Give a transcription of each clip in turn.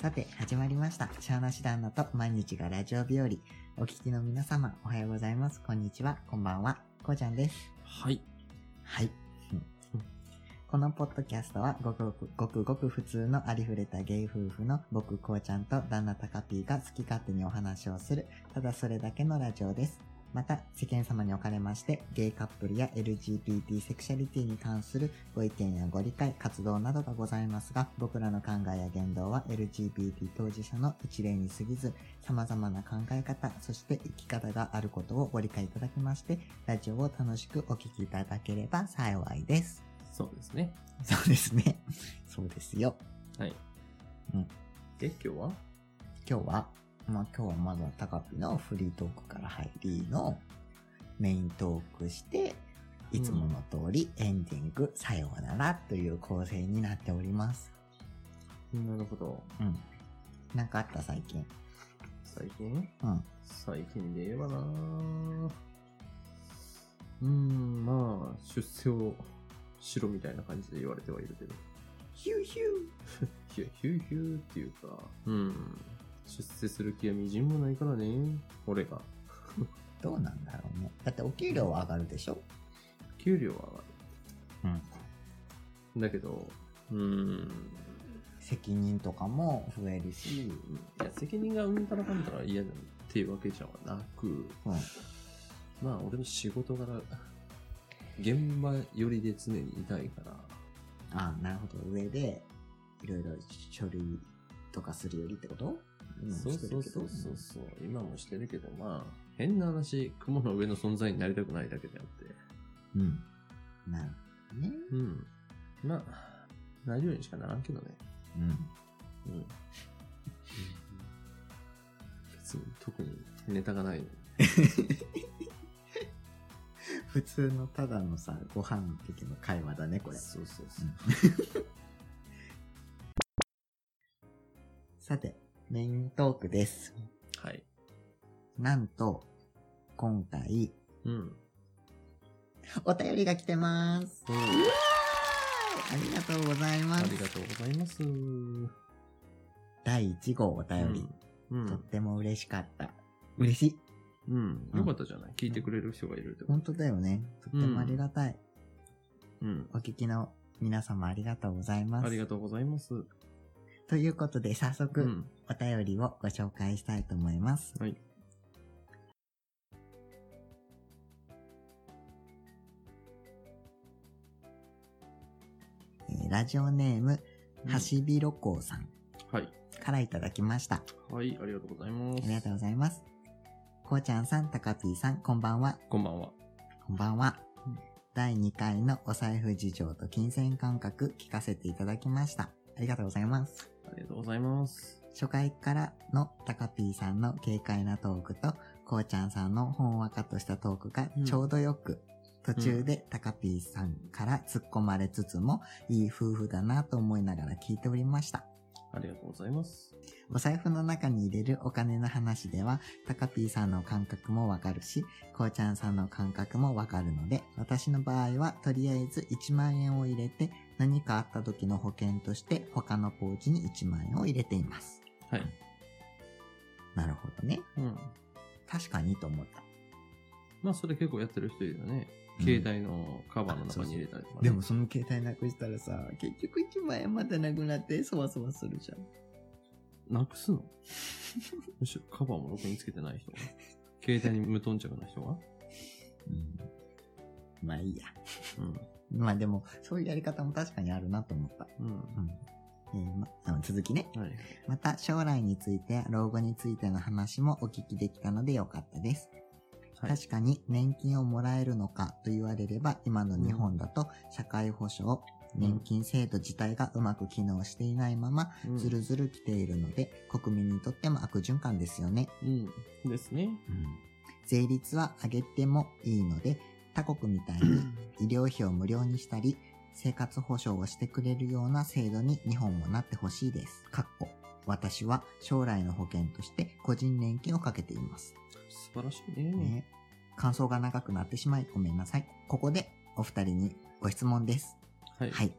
さて、始まりました。シャーナシダンナと毎日がラジオ日和。お聞きの皆様、おはようございます。こんにちは、こんばんは。こうちゃんです。はい。はい。このポッドキャストはごくごく、ごくごく普通のありふれたゲイ夫婦の僕、こうちゃんと旦那たかぴーが好き勝手にお話をする、ただそれだけのラジオです。また、世間様におかれまして、ゲイカップルや LGBT セクシャリティに関するご意見やご理解、活動などがございますが、僕らの考えや言動は LGBT 当事者の一例に過ぎず、様々な考え方、そして生き方があることをご理解いただきまして、ラジオを楽しくお聴きいただければ幸いです。そうですね。そうですね。 そうですよ。はい。うん。で、今日は今日は、まあ今日はまだ高ピのフリートークから入りのメイントークして、いつもの通りエンディング、うん、さようならという構成になっております。なるほど。うん。なんかあった最近。最近うん。最近で言えばなーうーん、まあ、出世をしろみたいな感じで言われてはいるけど。ヒューヒューいや、ヒューヒューっていうか、うん、出世する気はみじんもないからね、俺が。どうなんだろうね。だってお給料は上がるでしょ給料は上がる。うん。だけど、うーん。責任とかも増えるし。いや、責任がうんたらかんたら嫌だっていうわけじゃなく、うん、まあ、俺の仕事柄、現場寄りで常にいたいから。ああ、なるほど。上で、いろいろ書類とかするよりってことそうそうそうそうそう、今もしてるけど、まあ、変な話、雲の上の存在になりたくないだけであって。うん。なるほどね。うん。まあ、なるようにしかならんけどね。うん。うん。別に、特にネタがない、ね。普通のただのさ、ご飯的な会話だね、これ。そうそうそう。 さて、メイントークです。はい。なんと、今回、うん。お便りが来てます。うん、うわありがとうございます。ありがとうございます。第1号お便り、うん、うん、とっても嬉しかった。嬉しい。うん。よかったじゃない、うん、聞いてくれる人がいるってこと。本当だよね。とってもありがたい。うん。お聞きの皆様ありがとうございます。ありがとうございます。ということで、早速、お便りをご紹介したいと思います。うん、はい。ラジオネーム、はしびろこうさん。はい。からいただきました。はい、ありがとうございます。ありがとうございます。こうちゃんさん、たかぴーさん、こんばんは。こんばんは。こんばんは。うん、第2回のお財布事情と金銭感覚聞かせていただきました。ありがとうございます。ありがとうございます。初回からのタカピーさんの軽快なトークと、こうちゃんさんのほんわかとしたトークがちょうどよく、うん、途中でタカピーさんから突っ込まれつつも、いい夫婦だなと思いながら聞いておりました。ありがとうございます。お財布の中に入れるお金の話では、タカピーさんの感覚もわかるし、こうちゃんさんの感覚もわかるので、私の場合はとりあえず1万円を入れて、何かあった時の保険として他のポーチに1万円を入れています。はい。なるほどね。うん。確かにと思った。まあそれ結構やってる人いるよね。携帯のカバーの中に入れたりとか、ねうん、でもその携帯なくしたらさ、結局1万円またなくなってそわそわするじゃん。なくすの むしろカバーもろくにつけてない人が。携帯に無頓着な人が。うん。まあいいや。。うんまあでも、そういうやり方も確かにあるなと思った。うん。うんえー、ま、続きね。はい、また、将来について、老後についての話もお聞きできたのでよかったです。確かに年金をもらえるのかと言われれば今の日本だと社会保障、年金制度自体がうまく機能していないままずるずる来ているので、国民にとっても悪循環ですよね。うん。ですね。うん、税率は上げてもいいので他国みたいに医療費を無料にしたり生活保障をしてくれるような制度に日本もなってほしいです。かっこ私は将来の保険として個人年金をかけています。素晴らしいね。ね感想が長くなってしまいごめんなさい。ここでお二人にご質問です。はい。はい。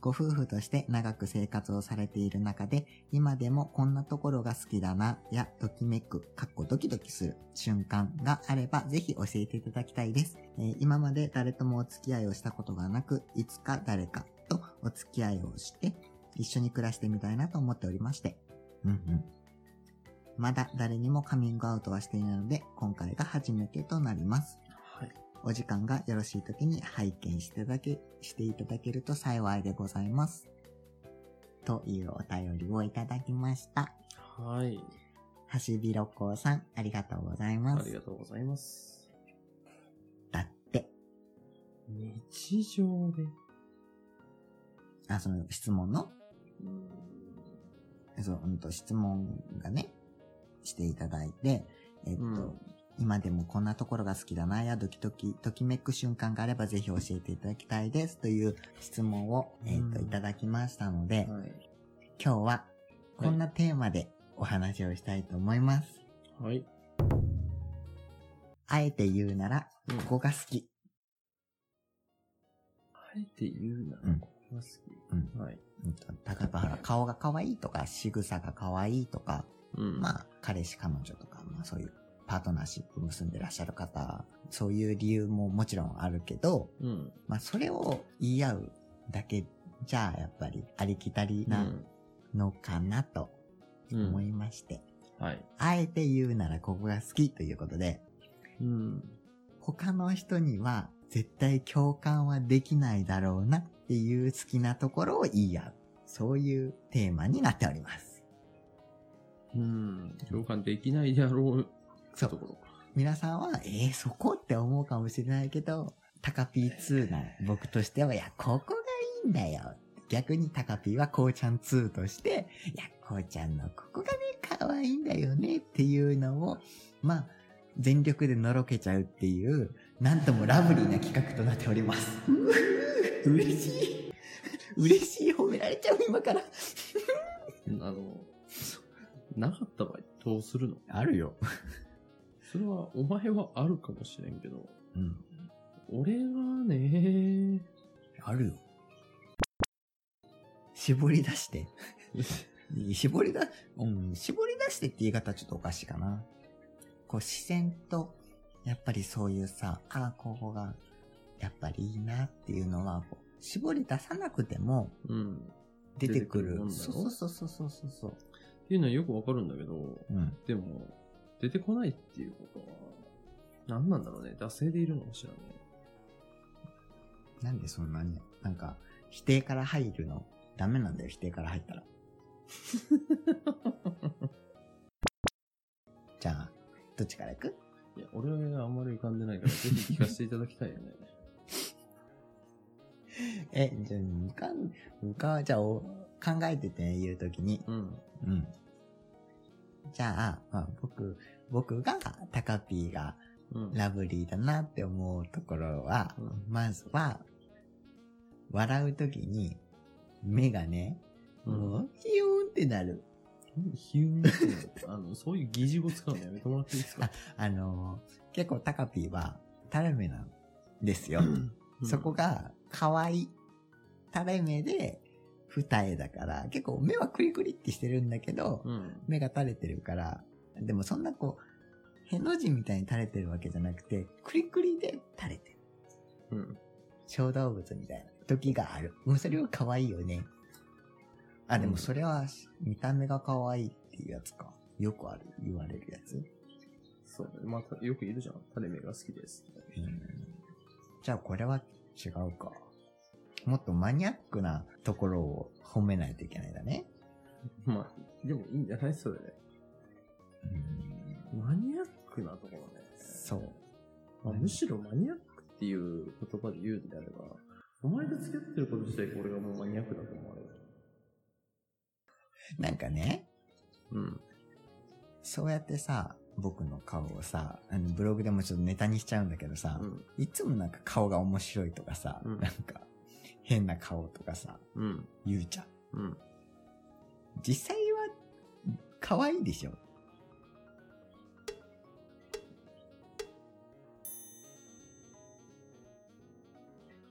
ご夫婦として長く生活をされている中で、今でもこんなところが好きだな、や、ときめく、かっこドキドキする瞬間があれば、ぜひ教えていただきたいです。えー今まで誰ともお付き合いをしたことがなく、いつか誰かとお付き合いをして、一緒に暮らしてみたいなと思っておりまして。うんうん。まだ誰にもカミングアウトはしていないので、今回が初めてとなります。はい。お時間がよろしい時に拝見していただけ、していただけると幸いでございます。というお便りをいただきました。はい。橋びろこうさん、ありがとうございまあすり。がとうございます。だって、日常で。あ、その質問の、うん。そう、うんと、質問がね、していただいて、えっと、うん今でもこんなところが好きだな、やドキドキ、ときめく瞬間があればぜひ教えていただきたいです、という質問を、えっと、うんいただきましたので、はい。今日はこんなテーマでお話をしたいと思います。はい。あえて言うなら、うんここが好き。あえて言うなうら、んここが好き。うんはい。例えばほら、顔が可愛いとか、仕草が可愛いとか、うんまあ、彼氏彼女とか、まあそういうパートナーシップ結んでらっしゃる方、そういう理由ももちろんあるけど、うん。まあそれを言い合うだけじゃ、やっぱりありきたりうなんのかなとうん思いまして、はい。あえて言うならここが好きということで、うん。他の人には絶対共感はできないだろうなっていう好きなところを言い合う。そういうテーマになっております。うん。共感できないであろうってところか。皆さんは、えー、そこって思うかもしれないけど、タカピー2な僕としては、いや、ここがいいんだよ。逆にタカピーはこうちゃん2として、いや、こうちゃんのここがね、可愛いんだよねっていうのを、まあ、全力でのろけちゃうっていう、なんともラブリーな企画となっております。嬉しい。嬉しい。褒められちゃう、今から。あの、 そなかった場合どうするのあるよ。それは、お前はあるかもしれんけど、うん。俺はね、 あるよ。絞り出して。絞りだ、うん、絞り出してって言い方はちょっとおかしいかな。こう、視線と、やっぱりそういうさ、ああ、ここが、やっぱりいいなっていうのは、こう、絞り出さなくてもうん。出てくる。出てくるもんだそろうそうそうそうそうそう。っていうのはよくわかるんだけど、うん。でも、出てこないっていうことは、何なんだろうね。惰性でいるのかしらね。なんでそんなに、なんか、否定から入るのダメなんだよ、否定から入 ったら。じゃあ、どっちから行くいや、俺はあんまり浮かんでないから、ぜひ聞かせていただきたいよ ね。え、じゃあ、浮かん、浮かん、じゃあ、お考えてて言うときに。うん。うん。じゃあ、まあ、僕、僕が、タカピーがうん。ラブリーだなって思うところは、うんまずは、笑うときに、目がね、うんもう、ヒューンってなる。ヒューンってあの、そういう疑似語使うのやめてもらっていいですか、あのー結構タカピーは、タレ目なんですよ。うんそこが、可愛い。垂れ目で、二重だから、結構目はクリクリってしてるんだけど、うん。目が垂れてるから、でもそんなこう、への字みたいに垂れてるわけじゃなくて、クリクリで垂れてる。うん。小動物みたいな時がある。もうそれは可愛いよね。あ、でうもんそれは、見た目が可愛いっていうやつか。よくある、言われるやつ。そう。まあ、よくいるじゃん。垂れ目が好きです。うんじゃあこれは違うか。もっとマニアックなところを褒めないといけないんだね。まあ、でもいいんじゃないそれで。マニアックなところね。そう。まあ、むしろマニアックっていう言葉で言うんであれば、お前と付き合ってること自体これがもうマニアックだと思われる。なんかね、うん。そうやってさ、僕の顔をさ、あのブログでもちょっとネタにしちゃうんだけどさ、うん。いつもなんか顔が面白いとかさ、うんなんか変な顔とかさ、うん。言うじゃん。うん。実際は可愛いでしょ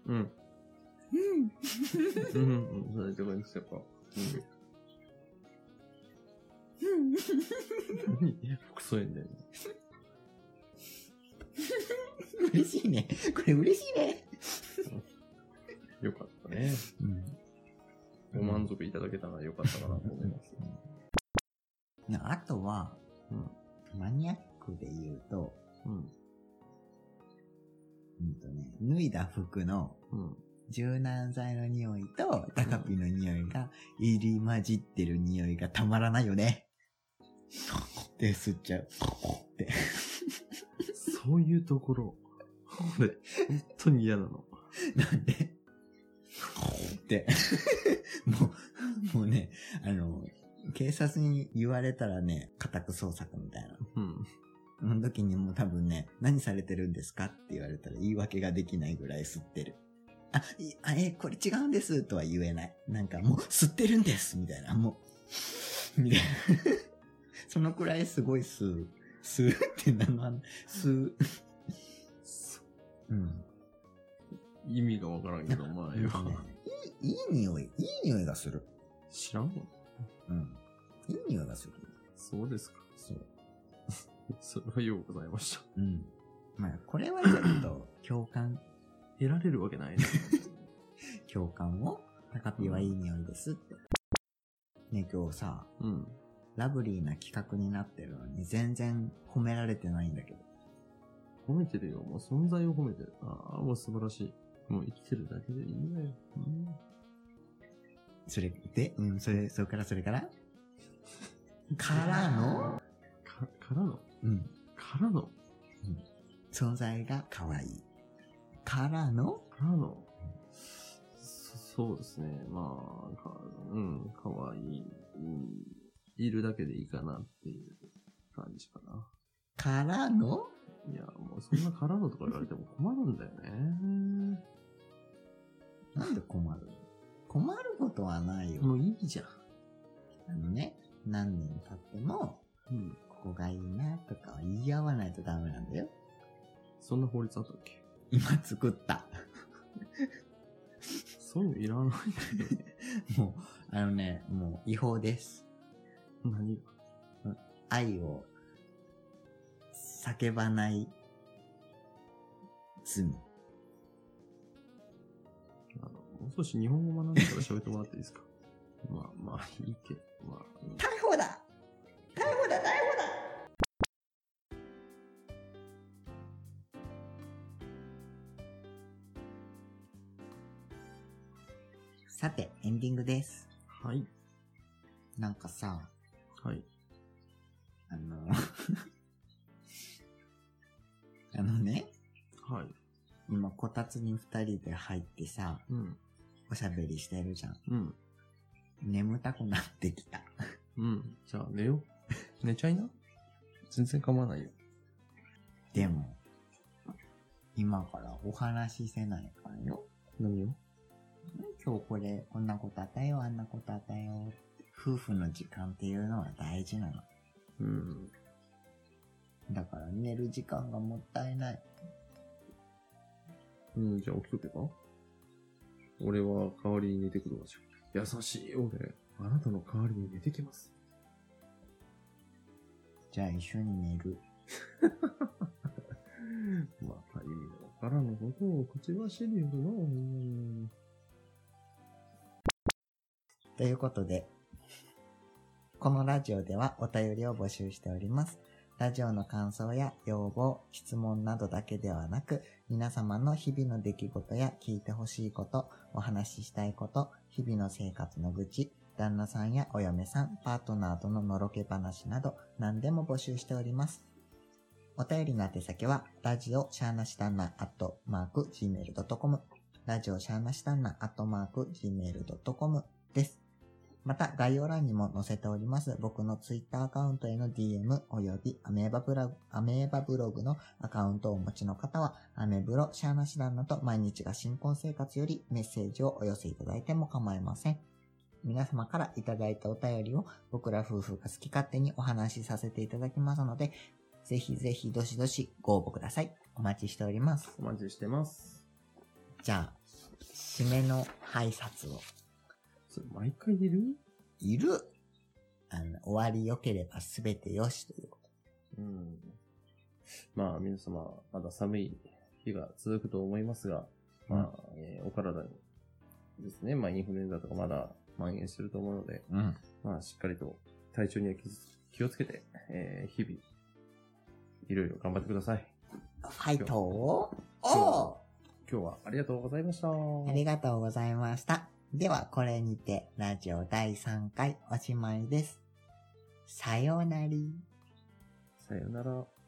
うん。うん。うんうん、そういうとこにしとこうん。う。うん。何服装園だよね。嬉しいね。これ嬉しいね。よかったね。うん。ご満足いただけたらよかったかなと思います。なあとは、マニアックで言うと、うん。うんとね、脱いだ服のうん。柔軟剤の匂いと、タカピの匂いが入り混じってる匂いがたまらないよね。って吸っちゃう。って。そういうところ。俺、本当に嫌なの。なんで、って。 もう、もうね、あの、警察に言われたらね、家宅捜索みたいな。うん。その時にもう多分ね、何されてるんですかって言われたら言い訳ができないぐらい吸ってる。あ、いあえ、これ違うんですとは言えない。なんかもう吸ってるんですみたいな、もう、みたいな。そのくらいすごい吸う。吸うって名前、吸う。うん。意味がわからんけど、まあ、よなんかねいい、いい匂い、いい匂いがする。知らんわ。うん。いい匂いがする。そうですか。そう。 それはようございました。うん。まあ、これはちょっと、 共感、得られるわけないな。共感を、タカピはいい匂いですって。ね、今日さ、うん。ラブリーな企画になってるのに、全然褒められてないんだけど。褒めてるよ。もう存在を褒めてる。ああ、もう素晴らしい。もう生きてるだけでいいんだよ。うんそれで、うん、それ、それから、それからからの、か、からのうん、からの存在が可愛い。からの、からのそそうですね。まあ、かうん、かわいい、うん。いるだけでいいかなっていう感じかな。からの、いや、もうそんなからのとか言われても困るんだよね。なんで困るの困ることはないよ。もういいじゃん。あのね、何年経っても、うん。ここがいいなとかは言い合わないとダメなんだよ。そんな法律あったっけ今作った。そういうのいらない。 もう、あのね、もう違法です。何が愛を叫ばない罪。あの、もう少し日本語学んでから喋ってもらっていいですか まあまあ、いいけど、まあ、うん逮捕だ逮捕だ逮捕ださて、エンディングです。はい、なんかさ、はい。あの、 あのね、はい。今、こたつに二人で入ってさ、うん。おしゃべりしてるじゃん。うん。眠たくなってきた。うん。じゃあ寝よう。 寝ちゃいな。全然構わないよ。でも、今からお話しせないからよ。何を今日これ、こんなことあったよ、あんなことあったよ。夫婦の時間っていうのは大事なの。うん。だから寝る時間がもったいない。うん、じゃあ起きとけば俺は代わりに寝てくるわじゃん。優しい俺。あなたの代わりに寝てきます。じゃあ一緒に寝る。また意味のわからぬことを口走りよるな、ほんまにということで、このラジオではお便りを募集しております。ラジオの感想や要望、質問などだけではなく、皆様の日々の出来事や聞いてほしいこと、お話ししたいこと、日々の生活の愚痴、旦那さんやお嫁さん、パートナーとののろけ話など、何でも募集しております。お便りの宛先は、ラジオシャーナシタンナアットマーク Gmail.com、ラジオシャーナシタンナアットマーク Gmail.com です。また、概要欄にも載せております、僕の Twitter アカウントへの DM およびアメーバブログ、アメーバブログのアカウントをお持ちの方は、アメブロ、シャーナシダンナと毎日が新婚生活よりメッセージをお寄せいただいても構いません。皆様からいただいたお便りを僕ら夫婦が好き勝手にお話しさせていただきますので、ぜひぜひどしどしご応募ください。お待ちしております。お待ちしてます。じゃあ、締めの挨拶を。それ毎回いるいるあの、終わり良ければ全て良しということ。うん。まあ、皆様、まだ寒い日が続くと思いますが、まあ、えーお体にですね、まあ、インフルエンザとかまだ蔓延してると思うので、うん。まあ、しっかりと体調には気づ気をつけて、えー日々、いろいろ頑張ってください。ファイトを今日おう今日はありがとうございました。ありがとうございました。では、これにて、ラジオ第3回おしまいです。さようなり。さよなら。